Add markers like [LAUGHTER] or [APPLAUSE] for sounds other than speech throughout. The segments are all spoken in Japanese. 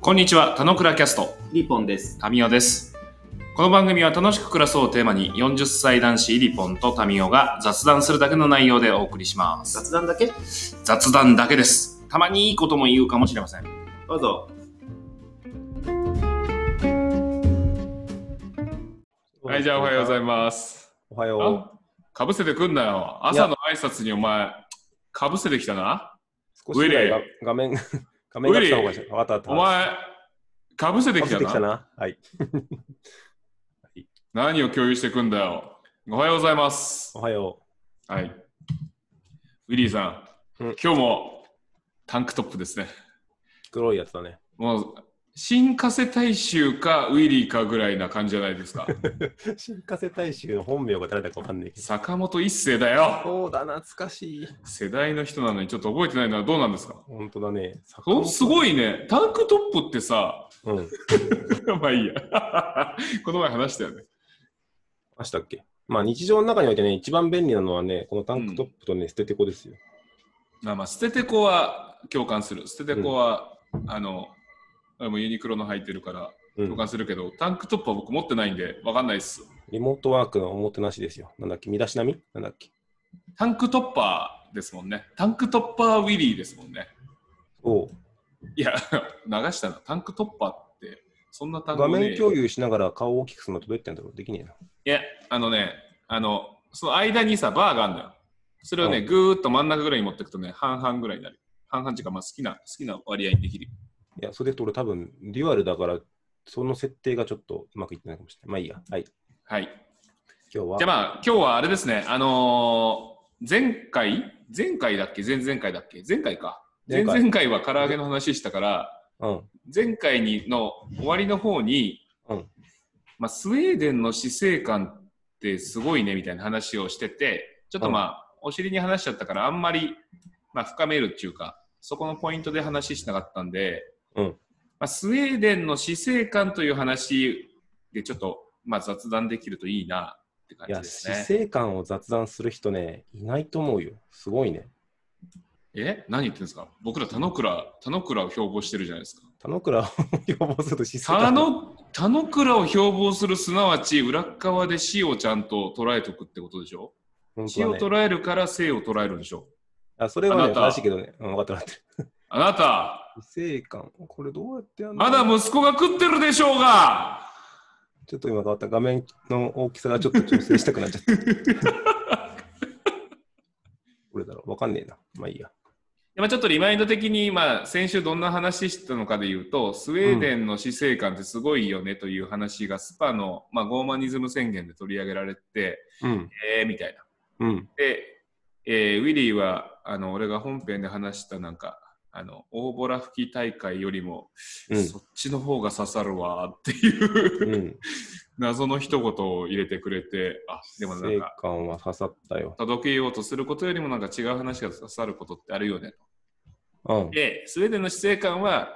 こんにちは、田野倉キャスト、リポンです。タミオです。この番組は楽しく暮らそうをテーマに、40歳男子リポンとタミオが雑談するだけの内容でお送りします。雑談だけど雑談だけです。たまにいいことも言うかもしれません。うぞ。はい、じゃあおはようございます。おはよあかぶせてくんなよ。朝の挨拶にお前、かぶせてきたな。少しぐらいがウィ画面、 [LAUGHS] 画面が来た方がいい。わかったわかった。お前、かぶせてきたかぶせてきなた。な。はい。何を共有してくんだよ。おはようございますお。はよはい。ウィリーさん、うん今日もタンクトップですね。う。黒いやつだね。もう、新加瀬大衆かウィリーかぐらいな感じじゃないですか。新加瀬大衆の本名が誰だかわかんないけど。坂本一世だよ。そうだ、懐かしい。世代の人なのにちょっと覚えてないのはどうなんですか本当だね。おすい。ごいね。タンクトップってさ、 [LAUGHS] うん。いまあいいや。 [LAUGHS] この前話したよね。ましたっけまあ日常の中においてね、一番便利なのはね、このタンクトップとね、捨ててこですよ。まあまあ、捨ててこは共感する。捨ててこは、あの、俺もユニクロの履いてるからう共ん。感するけど、タンクトップは僕持ってないんでわかんないっす。リモートワークのおもてなしですよ。なんだっけ身だしなみなんだっけタンクトッパーですもんね。タンクトッパーウィリーですもんね。おういや、 [LAUGHS] 流したな。タンクトッパーって、そんな単画語ね面共有しながら顔を大きくするのどうやってやんだろうできねえな。いや、あのね、あの、その間にさ、バーがあるのよ。それをね、うんぐーっと真ん中ぐらいに持っていくとね、半々ぐらいになる。半々っていうか、まあ、好きな、好きな割合にできる。いや、それで言うと俺多分、デュアルだから、その設定がちょっとうまくいってないかもしれない。まあいいや。はい。はい。今日は。じゃあまあ、今日はあれですね、あのー前回前回だっけ前々回だっけ前回か。前前回々回は唐揚げの話したから、うん。前回にの終わりの方に、うんまあ、スウェーデンの死生観ってすごいねみたいな話をしててちょっとまあ、お尻に話しちゃったからあんまり、まあ、深めるっていうかそこのポイントで話しなかったんで、うんまあ、スウェーデンの死生観という話でちょっと、まあ、雑談できるといいなって感いじや、です死ね。生観を雑談する人ね、いないと思うよ。すごいね。え何言ってんですか僕ら田野倉田野倉を標榜してるじゃないですか。田野倉を要望すると死生田観。の田の倉を標榜するすなわち裏側で死をちゃんと捉えとくってことでしょ、本死当をだね、捉えるから生を捉えるんでしょあそれはあなね、た正しいけどね。うん、分かった分かってる。あなた死生観。これどうやってやるのまだ息子が食ってるでしょうがちょっと今変わった。画面の大きさがちょっと調整したくなっちゃった。 [LAUGHS] これだろう。わかんねえな。まあいいや。でまあちょっとリマインド的に、まあ、先週どんな話したのかで言うとスウェーデンの死生観ってすごいよねという話がスパの、まあ、ゴーマニズム宣言で取り上げられてうん。えー、みたいな。うん。で、えーウィリーはあの俺が本編で話したなんかあの大ボラ吹き大会よりも、うんそっちの方が刺さるわーっていう、うん。謎の一言を入れてくれてあでも死なん生か観は刺さったよ。届けようとすることよりもなんか違う話が刺さることってあるよねうん。でスウェーデンの死生観は、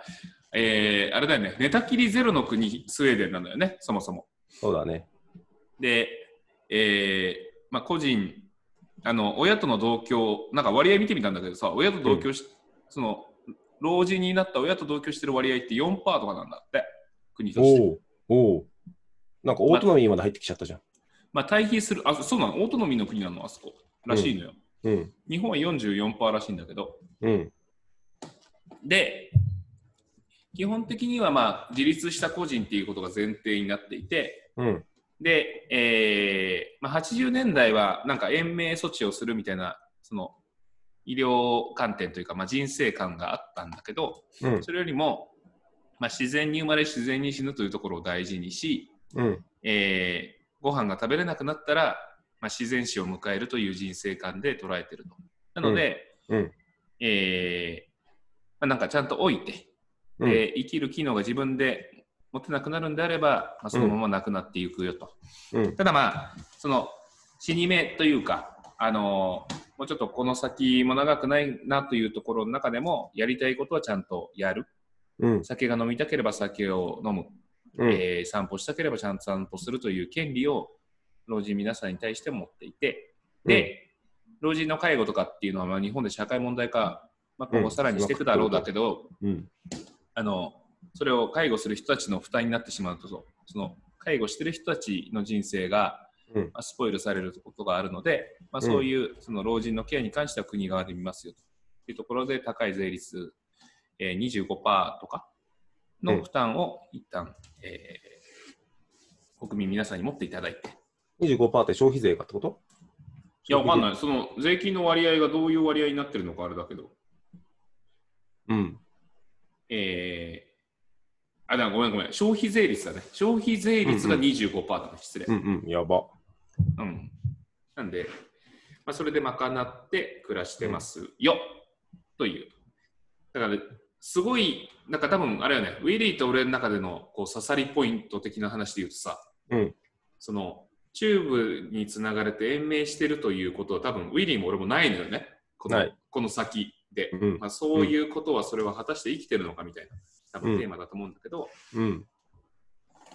えーあれだよね寝たきりゼロの国スウェーデンなのよねそもそも。そうだね。で、えーまあ、個人あの親との同居なんか割合見てみたんだけどさ親と同居し、その老人になった親と同居してる割合って4%とかなんだって国として、おうおうなんかオートミーまで入ってきちゃったじゃん。まあ、対比するあそうなのオートノミーの国なのあそこらしいのよ、うん。日本は44%らしいんだけどうん。で基本的にはまあ自立した個人っていうことが前提になっていて、うん。で、えーまあ、80年代はなんか延命措置をするみたいなその医療観点というか、まあ、人生観があったんだけどうん。それよりも、まあ、自然に生まれ自然に死ぬというところを大事にし、うん。えー、ご飯が食べれなくなったら、まあ、自然死を迎えるという人生観で捉えてると。なので、うんうんえーまあ、なんかちゃんと置いて、うんで生きる機能が自分で持てなくなるんであれば、まあ、そのままなくなっていくよと。うん。ただまあその死に目というか、あのもうちょっとこの先も長くないなというところの中でもやりたいことはちゃんとやるうん。酒が飲みたければ酒を飲む、うん。えー散歩したければちゃんと散歩するという権利を老人皆さんに対して持っていてで、老人の介護とかっていうのはまあ日本で社会問題化、まあ、今後さらにしていくだろうだけど、うん。あのそれを介護する人たちの負担になってしまうとそうその介護してる人たちの人生が、うんまあスポイルされることがあるので、まあ、そういうその老人のケアに関しては国側で見ますよというところで高い税率、えー、25%とかうのん負担を一旦、えー国民皆さんに持っていただいて25%って消費税かってこと。いやわかんないいその税金の割合がどういう割合になってるのかあれだけどうん。えー、あ、だごめんごめん。消費税率だね。消費税率がうん25%だね。失礼。ううん。んうん。やば。なんで、まあ、それで賄って暮らしてますよ。という。だから、すごい、なんか多分、あれよね、ウィリーと俺の中でのこう刺さりポイント的な話で言うとさ、うんその、チューブにつながれて延命してるということは多分、ウィリーも俺もないのよね。このないこの先で。うん。まあ、そういうことはそれは果たして生きてるのかみたいな多分テーマだと思うんだけど、うん。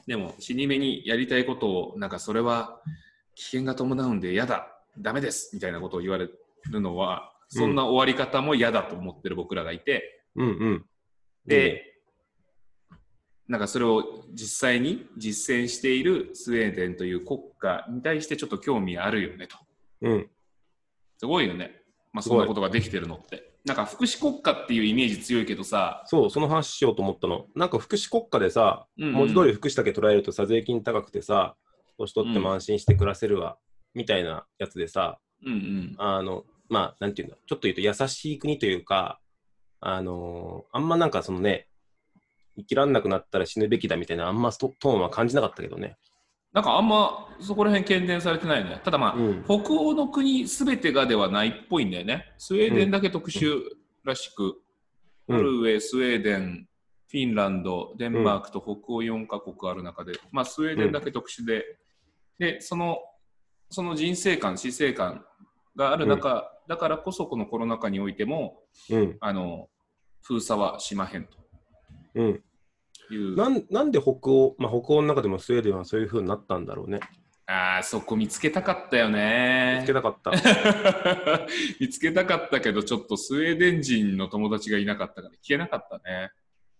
でも死に目にやりたいことをなんかそれは危険が伴うんで嫌だダメですみたいなことを言われるのはそんな終わり方も嫌だと思ってる僕らがいて、うんうん。で、、なんかそれを実際に実践しているスウェーデンという国家に対してちょっと興味あるよねとうん。すごいよね、まあ、すそごいんなことができてるのってなんか福祉国家っていうイメージ強いけどさ、そう、その話しようと思ったの。なんか福祉国家でさ、うんうん文字通り福祉だけ捉えるとさ、税金高くてさ、年取っても安心して暮らせるわ、みたいなやつでさ、うんうん、あの、まあ、なんていうんだ、ちょっと言うと優しい国というか、あのーあんまなんかそのね、生きらんなくなったら死ぬべきだみたいな、あんまストトーンは感じなかったけどね。なんかあんまそこら辺懸念されてないよね。ただまあ、うん北欧の国すべてがではないっぽいんだよね。スウェーデンだけ特殊らしく、うんノルウェー、スウェーデン、フィンランド、デンマークと北欧4カ国ある中で、まあスウェーデンだけ特殊で、で、その、その人生観、死生観がある中、だからこそこのコロナ禍においても、うん。あの、封鎖はしまへんうん。という。なんなんで北欧、まあ、北欧の中でもスウェーデンはそういう風になったんだろうね。ああ、そこ見つけたかったよね。見つけたかった。 [LAUGHS] 見つけたかったけど、ちょっとスウェーデン人の友達がいなかったから、聞けなかったね。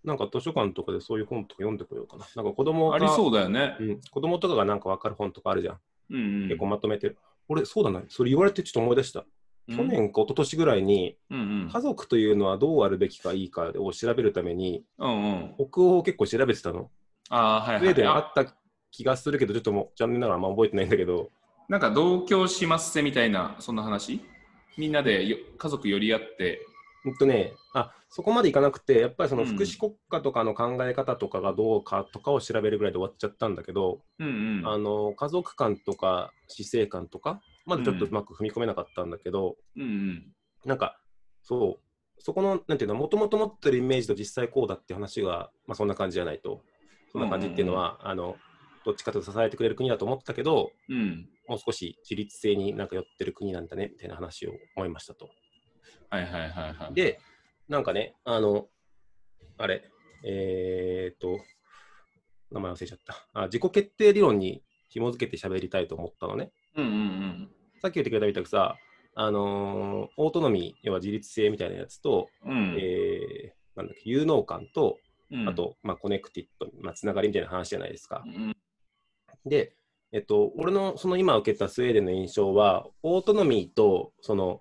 なんか図書館とかでそういう本とか読んでこようかな。なんか子供がありそうだよね。うん、子供とかがなんかわかる本とかあるじゃん。うん、うん。結構まとめてる。俺、そうだな。それ言われてちょっと思い出した。うん去、年か一昨年ぐらいに、うんうん。家族というのはどうあるべきかいいかを調べるために、うんうん。北欧を結構調べてたの。ああー、スウはェーい、デンはあい。あった気がするけど、ちょっともう残念ながらあんま覚えてないんだけど、なんか同居しますせみたいな、そんな話みんなでよ家族寄り合って。ほんとね、あそこまでいかなくて、やっぱりそのうん福祉国家とかの考え方とかがどうかとかを調べるぐらいで終わっちゃったんだけど、うんうん。あの家族観とか死生観とかまでちょっとううんまく踏み込めなかったんだけど、うんうん。なんかそうそこのなんていうのもともと持ってるイメージと実際こうだって話が、まあ、そんな感じじゃないとそんな感じっていうのは、あのどっちかというと支えてくれる国だと思ったけどうん。もう少し自立性になんか寄ってる国なんだねみたいな話を思いましたと。はいはいはいはい。でなんかねあのあれえー、っと名前忘れちゃったあ自己決定理論に紐づけて喋りたいと思ったのね。うんうんうん。さっき言ってくれたみたくさ、あのーオートノミー、要は自立性みたいなやつと、うんえーなんだっけ、有能感と、うんあ、と、まあ、コネクティッド、まあ、つながりみたいな話じゃないですかう。んで、えっと、俺のその今受けたスウェーデンの印象は、オートノミーとその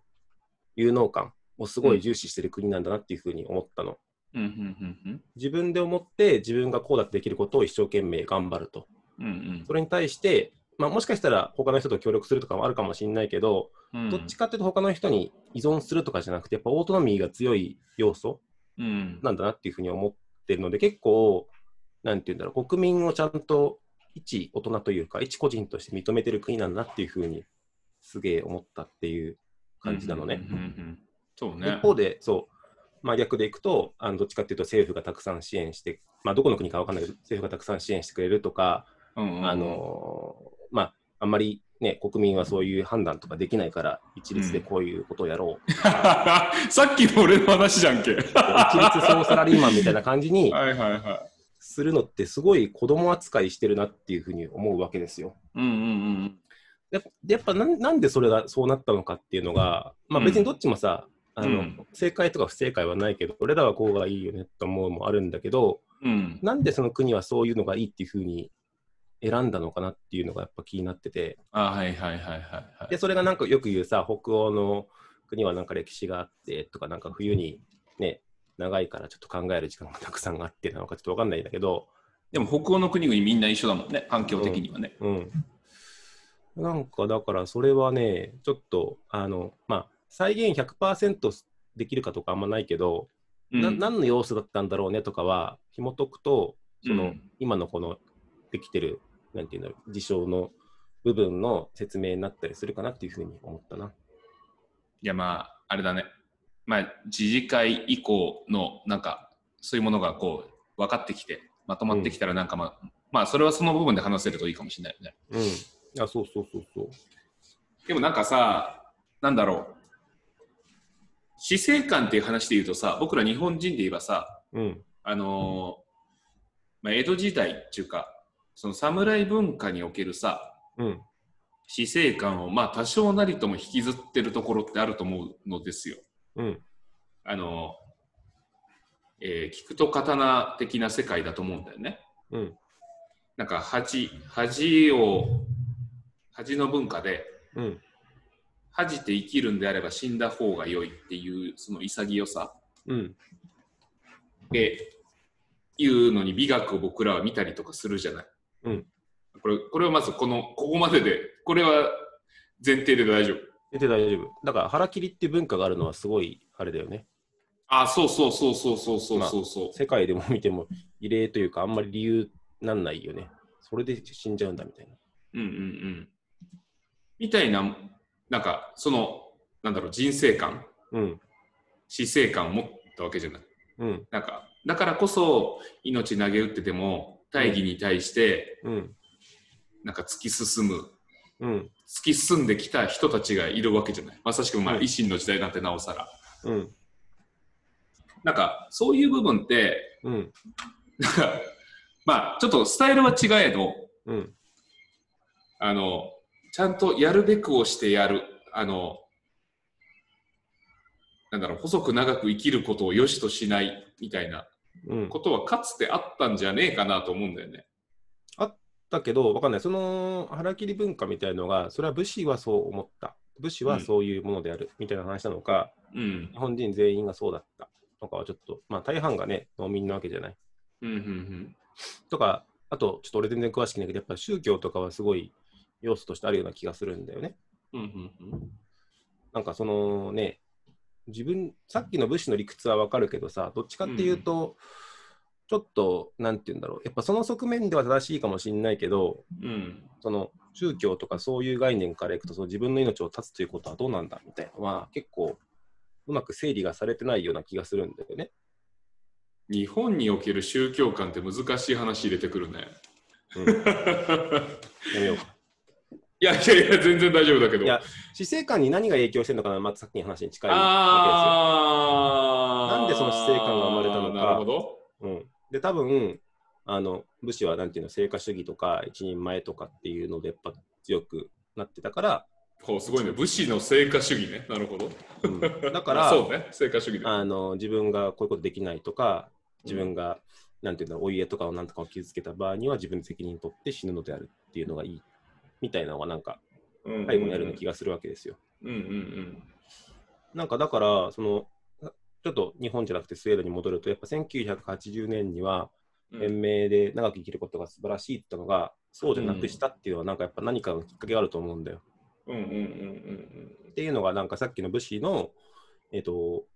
有能感をすごい重視してる国なんだなっていうふうに思ったの。うんうん自分で思って自分がこうだってできることを一生懸命頑張ると。うんうん。うんそれに対して、まあ、もしかしたら他の人と協力するとかもあるかもしれないけど、うん。どっちかっていうと他の人に依存するとかじゃなくて、やっぱオートノミーが強い要素うん。なんだなっていうふうに思ってるので、結構、なんていうんだろう、国民をちゃんと一大人というか、一個人として認めてる国なんだなっていうふうに、すげえ思ったっていう感じなのねう。んうんうんうん。そうね。一方で、そう、まあ、逆でいくと、あのどっちかっていうと政府がたくさん支援して、まあ、どこの国かわかんないけど、政府がたくさん支援してくれるとか、うんうんあのーまあ、あんまり、ね、国民はそういう判断とかできないから、一律でこういうことをやろう [LAUGHS] さっきの俺の話じゃんけ。一律総サラリーマンみたいな感じにはいはいはい。するのってすごい子供扱いしてるなっていうふうに思うわけですよ。うんうんやっぱでやっぱなんなんでそれがそうなったのかっていうのが、まうあ、ん別にどっちもさ、あのうん正解とか不正解はないけど俺らはこうがいいよねと思うもあるんだけどうん。なんでその国はそういうのがいいっていうふうに選んだのかなっていうのがやっぱ気になってて、あ、はいはいはいはいはでい。それがなんかよく言うさ、北欧の国はなんか歴史があってとか、なんか冬にね、長いからちょっと考える時間がたくさんあってなのかちょっとわかんないんだけど、でも北欧の国々みんな一緒だもんね、環境的にはね。うん。なんかだからそれはね、ちょっと、あの、まあ、再現100%できるかとかあんまないけど、うんな何の要素だったんだろうねとかは紐解くとその、うん今のこのできてるなんていうんだろう事象の部分の説明になったりするかなっていうふうに思ったな。いやまああれだねまあ自治会以降のなんかそういうものがこう分かってきてまとまってきたらなんかまあ、まあそれはその部分で話せるといいかもしれないよねうん、あそうそうそうそう。でもなんかさなんだろう死生観っていう話で言うとさ僕ら日本人で言えばさうんあのーまあ、江戸時代っていうかその侍文化におけるさうん死生観をまあ多少なりとも引きずってるところってあると思うのですようんあの、えー菊と刀的な世界だと思うんだよね。うんなんか恥、恥を、恥の文化で、うん恥じて生きるんであれば死んだ方が良いっていう、その潔さうんで、いうのに美学を僕らは見たりとかするじゃない。うんこれ、これはまずこの、ここまでで、これは前提で大丈夫。出て大丈夫。だから腹切りっていう文化があるのはすごいあれだよね。あ、そうそうそうそうそうそうそうそう。世界でも見ても異例というかあんまり理由なんないよね。それで死んじゃうんだみたいな。うんうんうん。みたいな、なんか、その、なんだろう、人生観、うん死生観を持ったわけじゃない。うんなんか、だからこそ、命投げ打ってても、大義に対して、うんなんか突き進む、うん突き進んできた人たちがいるわけじゃない。まさしく、まあ、うん維新の時代なんてなおさら。うんなんか、そういう部分って、 [LAUGHS] うんなんか、まあ、ちょっとスタイルは違えど、うん。あの、ちゃんとやるべくをしてやる。あの、なんだろう、細く長く生きることを良しとしないみたいなうん、ことはかつてあったんじゃねえかなと思うんだよね。だけど、わかんない、その腹切り文化みたいのが、それは武士はそう思った、武士はそういうものであるみたいな話なのか、うん日。本人全員がそうだったとかはちょっと、まあ、大半がね、農民なわけじゃない。うん、うん、とか、あと、ちょっと俺全然詳しくないけど、やっぱ宗教とかはすごい要素としてあるような気がするんだよね。うん。うん、うん、うん。なんかそのね、自分、さっきの武士の理屈はわかるけどさ、どっちかっていうと、ちょっと、なんて言うんだろう、やっぱその側面では正しいかもしれないけど、うん。その宗教とかそういう概念からいくとその自分の命を絶つということはどうなんだみたいなのは結構うまく整理がされてないような気がするんだよね。日本における宗教観って難しい話入れてくるね。 [LAUGHS] うんやめようかいやいやいや、全然大丈夫だけど。いや死生観に何が影響してるのかなまたさっきの話に近いわあーなんでその死生観が生まれたのかなるほど。けですよ。うん、で多分あの武士はなんていうの成果主義とか一人前とかっていうのでやっぱ強くなってたから、こうすごいね。武士の成果主義ね。なるほど。 [LAUGHS] うん、だからそうね。成果主義で。あの自分がこういうことできないとかうん自分が、なんていうんだろうお家とかをなんとかを傷つけた場合には自分で責任取って死ぬのであるっていうのがいいみたいなのがなんか最最後にあるような気がするわけですよ。うんうんうん。なんかだからそのちょっと日本じゃなくてスウェーデンに戻るとやっぱ1980年にはうん延命で長く生きることが素晴らしいってのがそうじゃなくしたっていうのはなんかやっぱ何かのきっかけがあると思うんだよ。うんうんうんっていうのがなんかさっきの武士の、えっと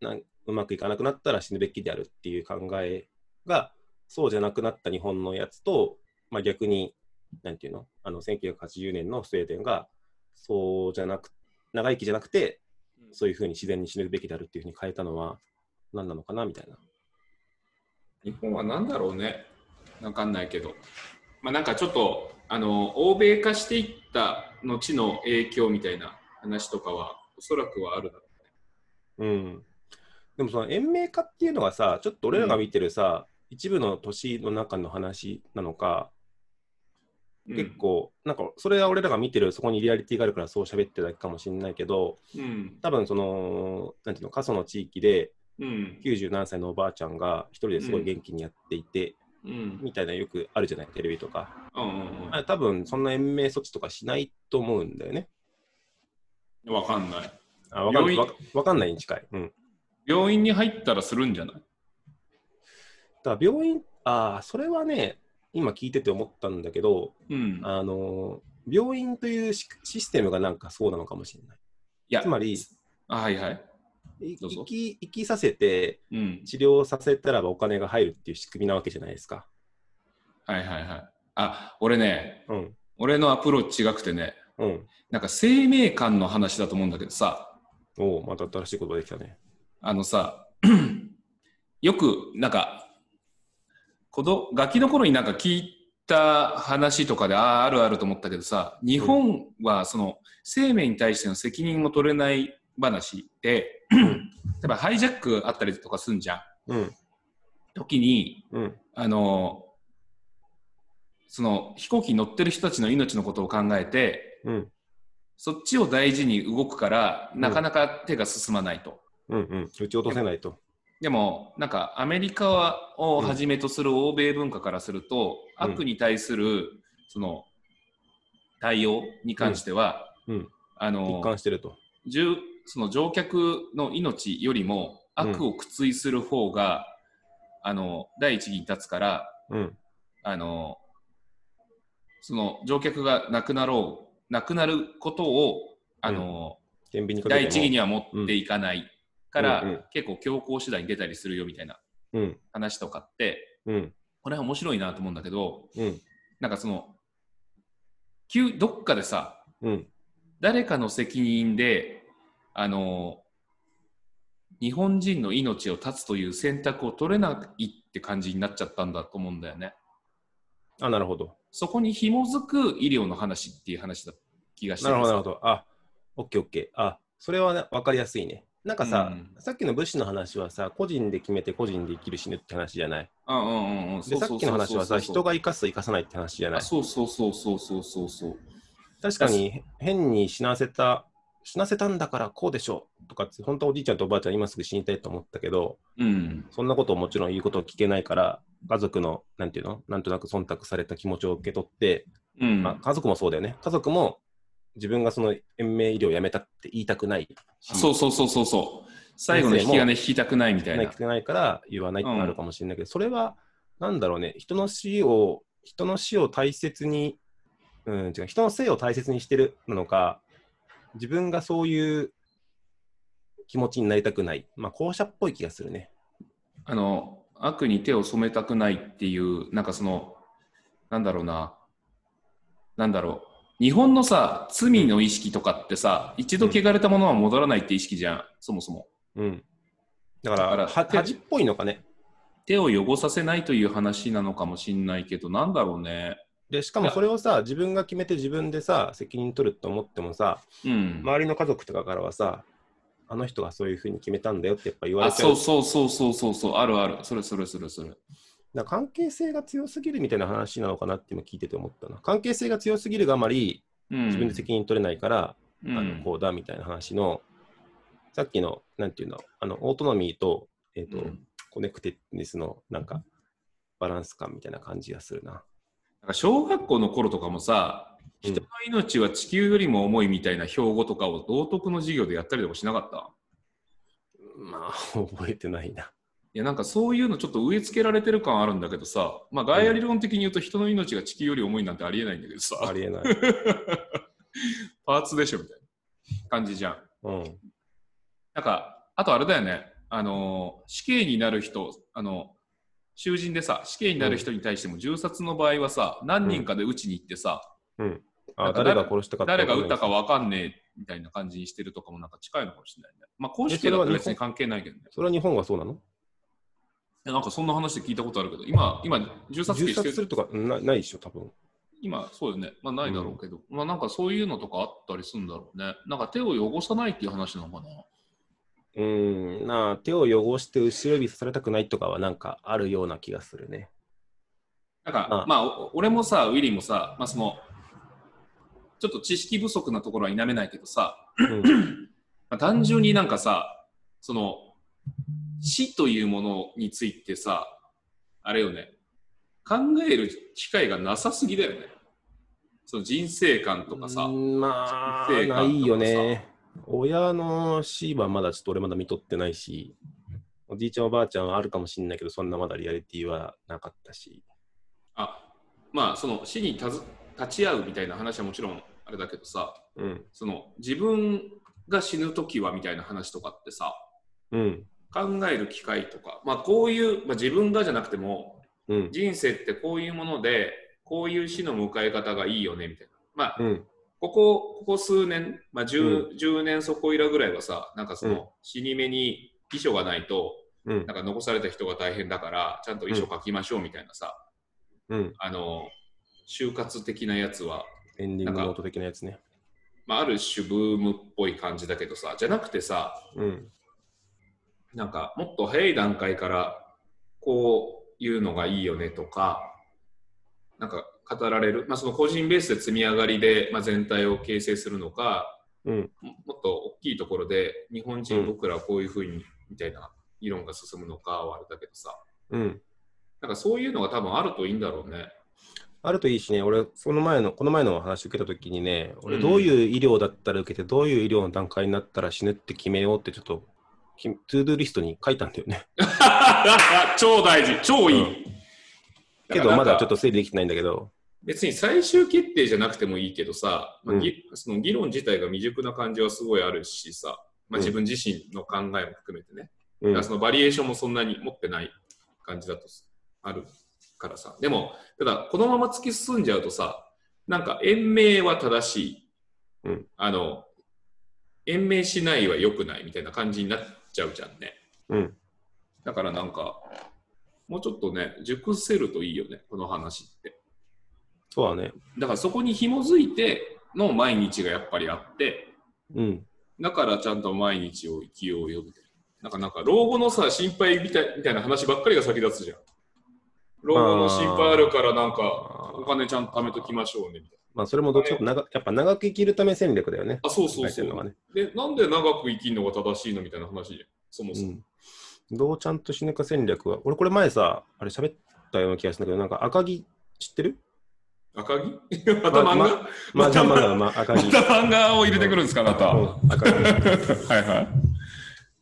なんうまくいかなくなったら死ぬべきであるっていう考えがそうじゃなくなった日本のやつと、まあ、逆になんていうのあの1980年のスウェーデンがそうじゃなく長生きじゃなくてうんそういうふうに自然に死ぬべきであるっていうふうに変えたのは何なのかなみたいな。日本は何だろうね。わかんないけど。まあなんかちょっと、あの、欧米化していった後の影響みたいな話とかは、おそらくはあるだろうん、でもその延命化っていうのがさちょっと俺らが見てるさ、一部の都市の中の話なのかう。結構、なんかそれは俺らが見てるそこにリアリティがあるからそう喋ってるだけかもしれないけどうん。多分そのなんていうの過疎の地域でうん。 90何歳のおばあちゃんが一人ですごい元気にやっていて、うん。うんみたいなのよくあるじゃない、テレビとか。うんあ多分そんな延命措置とかしないと思うんだよね。うん。わかんない。あわかん病院わかわかんないに近い。うん、病院に入ったらするんじゃないだから病院、ああ、それはね、今聞いてて思ったんだけど、うん。あのー病院というシシステムがなんかそうなのかもしれない。いやつ、まり、あはいはい。いどうぞ生き生きさせてうん。治療させたらばお金が入るっていう仕組みなわけじゃないですか。はいはいはい。あ、俺ね、うん。俺のアプローチ違くてね、うん。なんか生命感の話だと思うんだけどさ、おお、また新しいことができたね。あのさ、 [CLEARS THROAT] よくなんか、子どガキの頃になんか聞いた話とかで、ああ、あるあると思ったけどさ、日本はその生命に対しての責任を取れない話で、例えばハイジャックあったりとかすんじゃん。うん。時に、うん。あの、その飛行機に乗ってる人たちの命のことを考えて、うん。そっちを大事に動くから、んなかなか手が進まないと。うん。うん。打ち落とせないと。でもなんかアメリカをはじめとする欧米文化からすると、うん悪に対するその対応に関しては、うんうんあ一の貫してると。重その乗客の命よりも悪を屈追する方が、あの第一義に立つからうん。あのその乗客が亡くなろう亡くなることをあの、天秤にかけて第も。一義には持っていかないから、うんうん結構強硬手段に出たりするよみたいな。うん。話とかってうん。これは面白いなと思うんだけどうん。なんかその急どっかでさうん。誰かの責任であの日本人の命を絶つという選択を取れないって感じになっちゃったんだと思うんだよね。あ、なるほど。そこに紐づく医療の話っていう話だ気がしてなるほど、なるほど。ど。あ、オッケーオッケー。あ、それはね、わかりやすいね。なんかさ、うさっきの物資の話はさ、個人で決めて個人で生きる死ぬって話じゃない。うんうんうんうん。で、さっきの話はさ、人がが生かすと生かさないって話じゃない。そうそうそうそうそうそうそう。確かに、変に死なせた、死なせたんだからこうでしょうとかって、本当はおじいちゃんとおばあちゃん今すぐ死にたいと思ったけど、うん。そんなことをもちろん言うことを聞けないから、家族の、なんていうのなんとなく忖度された気持ちを受け取って、うん。まあ、家族もそうだよね。家族も自分がその延命医療をやめたって言いたくないし。そうそうそうそうそう。最後の引き金引きたくないみたいな。ない聞けないから言わないってなるかもしれないけど、それはなんだろうね人の死を人の死を大切に、うん、違う人の生を大切にしてるなのか自分がそういう気持ちになりたくない、まあ、校舎っぽい気がするね。あの悪に手を染めたくないっていうなんかそのなんだろうななんだろう日本のさ罪の意識とかってさ一度汚れたものは戻らないって意識じゃんそもそもうん、だからだからは恥っぽいのかね。手を汚させないという話なのかもしんないけどなんだろうねでしかもそれをさ自分が決めて自分でさ責任取ると思ってもさうん、周りの家族とかからはさあの人がそういうふうに決めたんだよってやっぱ言わあれちゃうそうそうそうそうそうそうあるあるそれそれそれそれだから関係性が強すぎるみたいな話なのかなって今聞いてて思ったな。関係性が強すぎるがあまりうん自分で責任取れないから、うんあのこうだみたいな話の、さっきの、なんていうの、あのオートノミーと,、えーとうんコネクテッドネスのなんかバランス感みたいな感じがするな。なんか小学校の頃とかもさうん人の命は地球よりも重いみたいな標語とかを道徳の授業でやったりとかしなかったまあ、 [LAUGHS] 覚えてないな。いやなんかそういうのちょっと植え付けられてる感あるんだけどさ、まあ、ガイア理論的に言うと人の命が地球より重いなんてありえないんだけどさ、ありえない。 [LAUGHS] パーツでしょみたいな感じじゃん。うん。なんかあとあれだよね、あのー死刑になる人、あの囚人でさ死刑になる人に対しても銃殺の場合はさ何人かで撃ちに行ってさ、うん、なあんか誰が殺したか誰が撃ったかは。わかんねえみたいな感じにしてるとかもなんか近いのかもしれないね。まあ公式だったら別に関係ないけどね。それは日本はそうなのいやなんかそんな話で聞いたことあるけど今今銃殺銃刑して殺るするとかうんなないでしょ、多分。今、そうよね。まあ、ないだろうけど、まあ、なんかそういうのとかあったりするんだろうね。なんか手を汚さないっていう話なのかな。うん、なあ手を汚して後ろ指さされたくないとかはなんかあるような気がするね。なんかあ、まあ、お俺もさ、ウィリーもさ、まあ、その、ちょっと知識不足なところは否めないけどさ、うん、まあ、単純になんかさ、その、死というものについてさ、あれよね、考える機会がなさすぎだよね。その人生観とかさう。んまあ、人生観となかさいよね。親の死はまだちょっと俺まだ見とってないし、おじいちゃんおばあちゃんはあるかもしれないけど、そんなまだリアリティはなかったし。あまあ、その死にたず立ち会うみたいな話はもちろんあれだけどさ、うん。その自分が死ぬ時はみたいな話とかってさ、うん。考える機会とか、まあ、こういう、まあ、自分がじゃなくてもうん。人生ってこういうものでこういう死の迎え方がいいよねみたいな、まあ、うん。ここここ数年、まあ 10, 10年そこいらぐらいはさなんかそうんの死に目に遺書がないとうんな。んか残された人が大変だからちゃんと遺書書きましょうみたいなさ、うん。あの就活的なやつは、エンディングノート的なやつね。まあ、ある種ブームっぽい感じだけどさじゃなくてさうん。なんかもっと早い段階からこういうのがいいよねとかなんか語られる、まあ、その個人ベースで積み上がりで、まあ、全体を形成するのかうん。ももっと大きいところで日本人うん僕らはこういうふうにみたいな議論が進むのかはあれだけどさうん。なんかそういうのが多分あるといいんだろう [LAUGHS] ね。あるといいしね、俺、その前の、この前の話受けたときにね、俺、どういう医療だったら受けて、どういう医療の段階になったら死ぬって決めようって、ちょっと、きトゥードゥーリストに書いたんだよね。超大事超いい、うんけど、まだちょっと整理できてないんだけど、別に最終決定じゃなくてもいいけどさ、まあうんぎその議論自体が未熟な感じはすごいあるしさ、まあ、うん自分自身の考えも含めてね、うだからんそのバリエーションもそんなに持ってない感じだとあるからさでもただこのまま突き進んじゃうとさなんか延命は正しい、うんあの延命しないは良くないみたいな感じになっちゃうじゃんねうん。だからなんかもうちょっとね熟せるといいよねこの話って。そうだね。だからそこに紐づいての毎日がやっぱりあって、うん。だからちゃんと毎日を生きようよみたいな。なんかなんか老後のさ、心配みたいみたいな話ばっかりが先立つじゃん。老後の心配あるからなんか、お金ちゃんと貯めときましょうねみたいまあ、それもどっちかと長、やっぱ長く生きるため戦略だよね。な。あ、そうそう書いてそるのがう。ね。で、なんで長く生きるのが正しいのみたいな話じゃん。そもうそも。ん。どうちゃんと死ぬか戦略は、俺、これ前さ、あれ喋ったような気がするんだけど、なんか赤木知ってる [LAUGHS] 赤木また漫画まだまだ、ま [LAUGHS] あ、赤木。また漫画を入れてくるんですか、あなた。うはん赤木。いはい。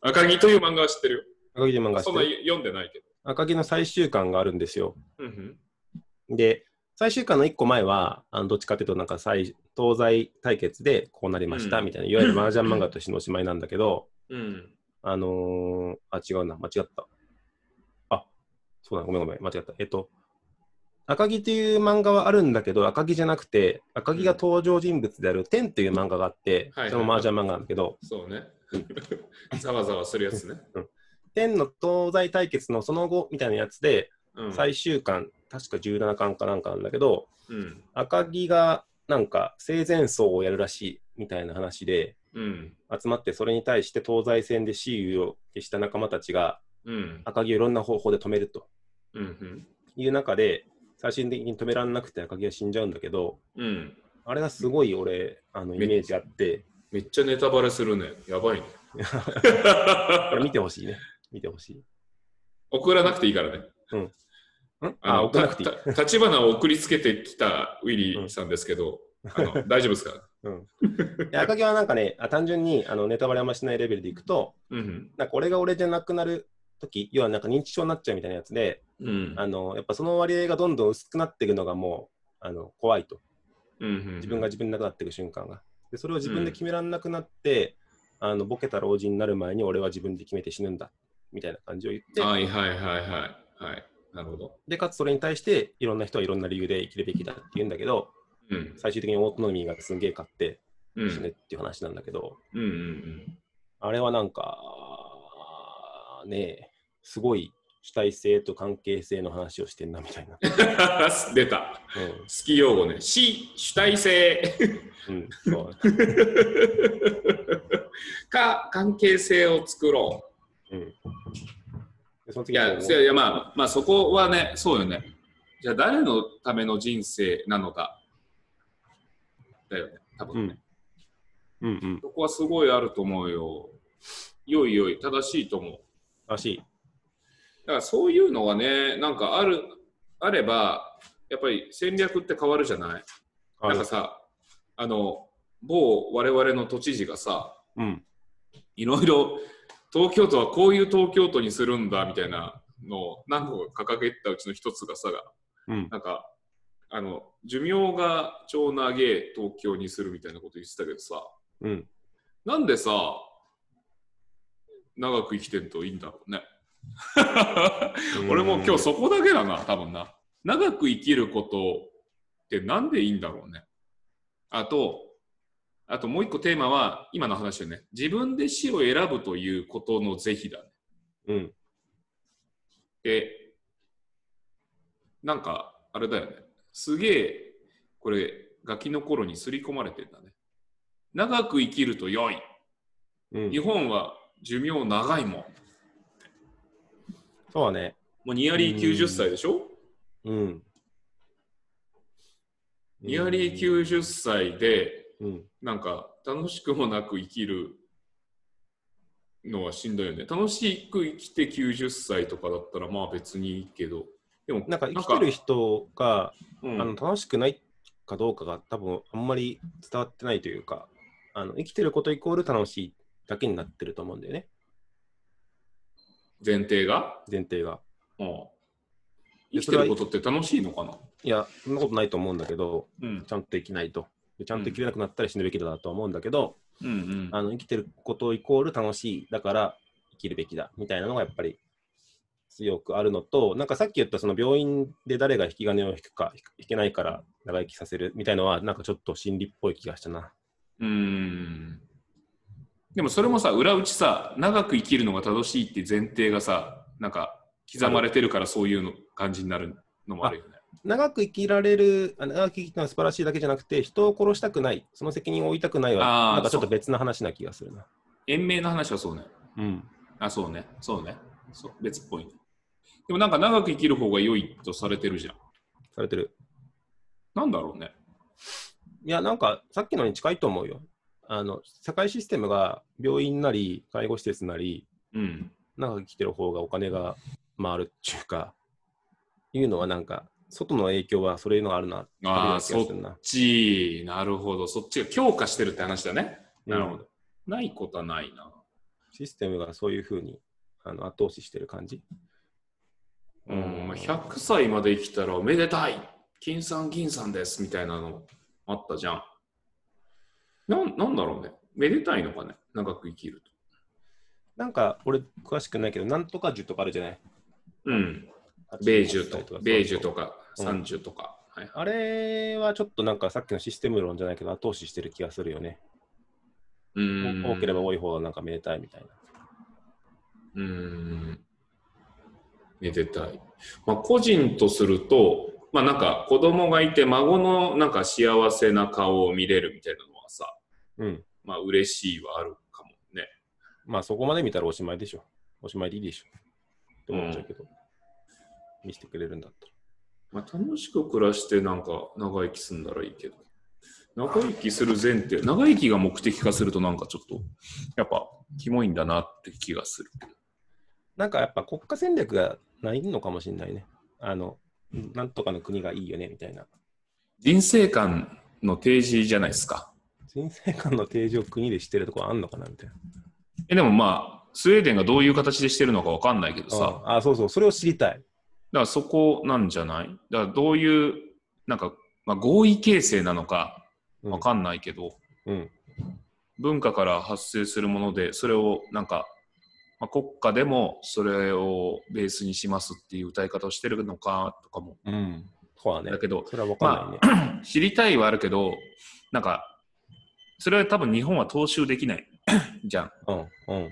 赤木という漫画は知ってる赤木で漫よ。画しそんてなる。読んでないけど。赤木の最終巻があるんですよ。うんうんで、最終巻の1個前は、あのどっちかというと、なんか最東西対決でこうなりましたうんみたいな、いわゆる麻雀漫画としてのおしまいなんだけど、うん。あのー、あ、違うな、間違った。あ、そうだ、ごめんごめん、間違った。えっと、赤木という漫画はあるんだけど、赤木じゃなくて、赤木が登場人物である天という漫画があって、はいはいそれも麻雀漫画なんだけど、そうね。ざわざわするやつね。天の東西対決のその後みたいなやつで、うん。最終巻、確か17巻かなんかなんだけど、うん。赤木がなんか生前葬をやるらしいみたいな話でうん。集まってそれに対して東西戦で雌雄を消した仲間たちがうん。赤木をいろんな方法で止めるとうん。いう中で最終的に止められなくて赤木は死んじゃうんだけどうん。あれがすごい俺あのイメージあってめっちゃネタバレするね。やばいね。 [LAUGHS] これ見てほしいね見てほしい。送らなくていいからね。んあ、送らなくていい。いい。立花を送りつけてきたウィリーさんですけど、あの大丈夫ですかいや赤木はなんかね、あ単純にあのネタバレあんましないレベルでいくと、うん。なんか俺が俺じゃなくなる時要はなんか認知症になっちゃうみたいなやつで、うん。あのやっぱその割合がどんどん薄くなっていくのがもうあの怖いとうん。自分が自分なくなっていく瞬間がでそれを自分で決められなくなって、あのボケた老人になる前に俺は自分で決めて死ぬんだみたいな感じを言って、はいはいはいはい。はい。なるほど。でかつそれに対していろんな人はいろんな理由で生きるべきだって言うんだけどうん。最終的にオートノミーがすんげえ勝ってう死ぬっん。ていう話なんだけど、うん。うん。 [LAUGHS] あれはなんかねえすごい主体性と関係性の話をしてんなみたいな。出た。好き用語ね。死、主体性。 [LAUGHS] うんうん、そうか関係性を作ろうんでそのう。い時にこや、ういやいやまあ、まあそこはね、そうよね。じゃあ誰のための人生なのか。だよね、多う分ね。ん。うんうん。そこはすごいあると思うよ。良い良い、正しいと思う。らしい。だからそういうのがね、なんかある、あれば、やっぱり戦略って変わるじゃない。あなんかさ、あの、某我々の都知事がさ、うん。いろいろ東京都はこういう東京都にするんだみたいなのを何個か掲げてたうちの一つがさ、うん。なんか、あの、寿命が超長い東京にするみたいなこと言ってたけどさ、うん。なんでさ、長く生きてるといいんだろうね。俺もう今日そこだけだな、多分な。長く生きることってなんでいいんだろうね。あと、あともう一個テーマは、今の話よね。自分で死を選ぶということの是非だね。うん。で、なんか、あれだよね。すげえ、これ、ガキの頃に刷り込まれてんだね。長く生きると良い。うん。日本は寿命長いもん。そうはね。もうニアリー90歳でしょうん。ニアリー90歳で、うん。なんか楽しくもなく生きるのはしんどいよね。楽しく生きて90歳とかだったらまあ別にいいけど、でもなんか生きてる人が、うんあの楽しくないかどうかが多分あんまり伝わってないというか、あの生きてることイコール楽しいだけになってると思うんだよね、前提が、前提が。うん生できてることって楽しいのかないや、そんなことないと思うんだけど、うんちゃんと生きないと。でちゃんと生きれなくなったら死ぬべきだなとは思うんだけど、うんうんあの生きてることイコール楽しいだから生きるべきだみたいなのがやっぱり強くあるのとなんかさっき言ったその病院で誰が引き金を引くか引けないから長生きさせるみたいのはなんかちょっと心理っぽい気がしたなうーんでもそれもさ裏打ちさ長く生きるのが正しいって前提がさなんか刻まれてるからそういうの感じになるのもあるよね。長く生きられるあ長く生きるのは素晴らしいだけじゃなくて人を殺したくないその責任を負いたくないあはーなんかちょっと別な話な気がするな延命の話はそうね。うんあ、そうね。そうね。そう別っぽい、ね。でもなんか長く生きる方が良いとされてるじゃん。されてるなんだろうね。いやなんかさっきのに近いと思うよあの社会システムが病院なり介護施設なりうん。長く生きてる方がお金が回るっていうか、いうのはなんか、外の影響はそれのあるな、ああ、るようなそ気がするなっち、なるほど。そっちが強化してるって話だね。なるほうんど。ないことはないな。システムがそういうふうにあの後押ししてる感じ。うん、まあ100歳まで生きたらおめでたい金さん銀さんですみたいなのあったじゃん。なんなんだろうね。めでたいのかね。長く生きると。なんか、俺、詳しくないけど、なんとか樹とかあるじゃないうん。ベージュ80歳とか、ベージュとか。か、うん三十とか。はいあれはちょっとなんかさっきのシステム論じゃないけど、後押ししてる気がするよね。うーん多ければ多い方がなんかめでたいみたいな。うーん。めでたい。まあ、個人とすると、まあなんか子供がいて孫のなんか幸せな顔を見れるみたいなのはさ、うん。まあ嬉しいはあるかもね。まあ、そこまで見たらおしまいでしょ。おしまいでいいでしょ。って思っちゃうけど、見せてくれるんだったら。まあ、楽しく暮らしてなんか長生きするならいいけど長生きする前提長生きが目的化するとなんかちょっとやっぱキモいんだなって気がするけどなんかやっぱ国家戦略がないのかもしれないね。あの、なんとかの国がいいよねみたいな。人生観の提示じゃないですか人生観の提示を国でしてるとこあんのかなみたいな。えでもまあスウェーデンがどういう形でしてるのかわかんないけどさだあかあ、そうそう、それを知りたい。らそこなんじゃないだからどういうなんか、まあ、合意形成なのかうんわかんないけど、うん。文化から発生するものでそれをなんか、まあ、国家でもそれをベースにしますっていう歌い方をしてるのかとかもうん。そうだね。だけどそれはわかんないね。知りたいはあるけどなんかそれは多分日本は踏襲できないじゃん。うん。うん。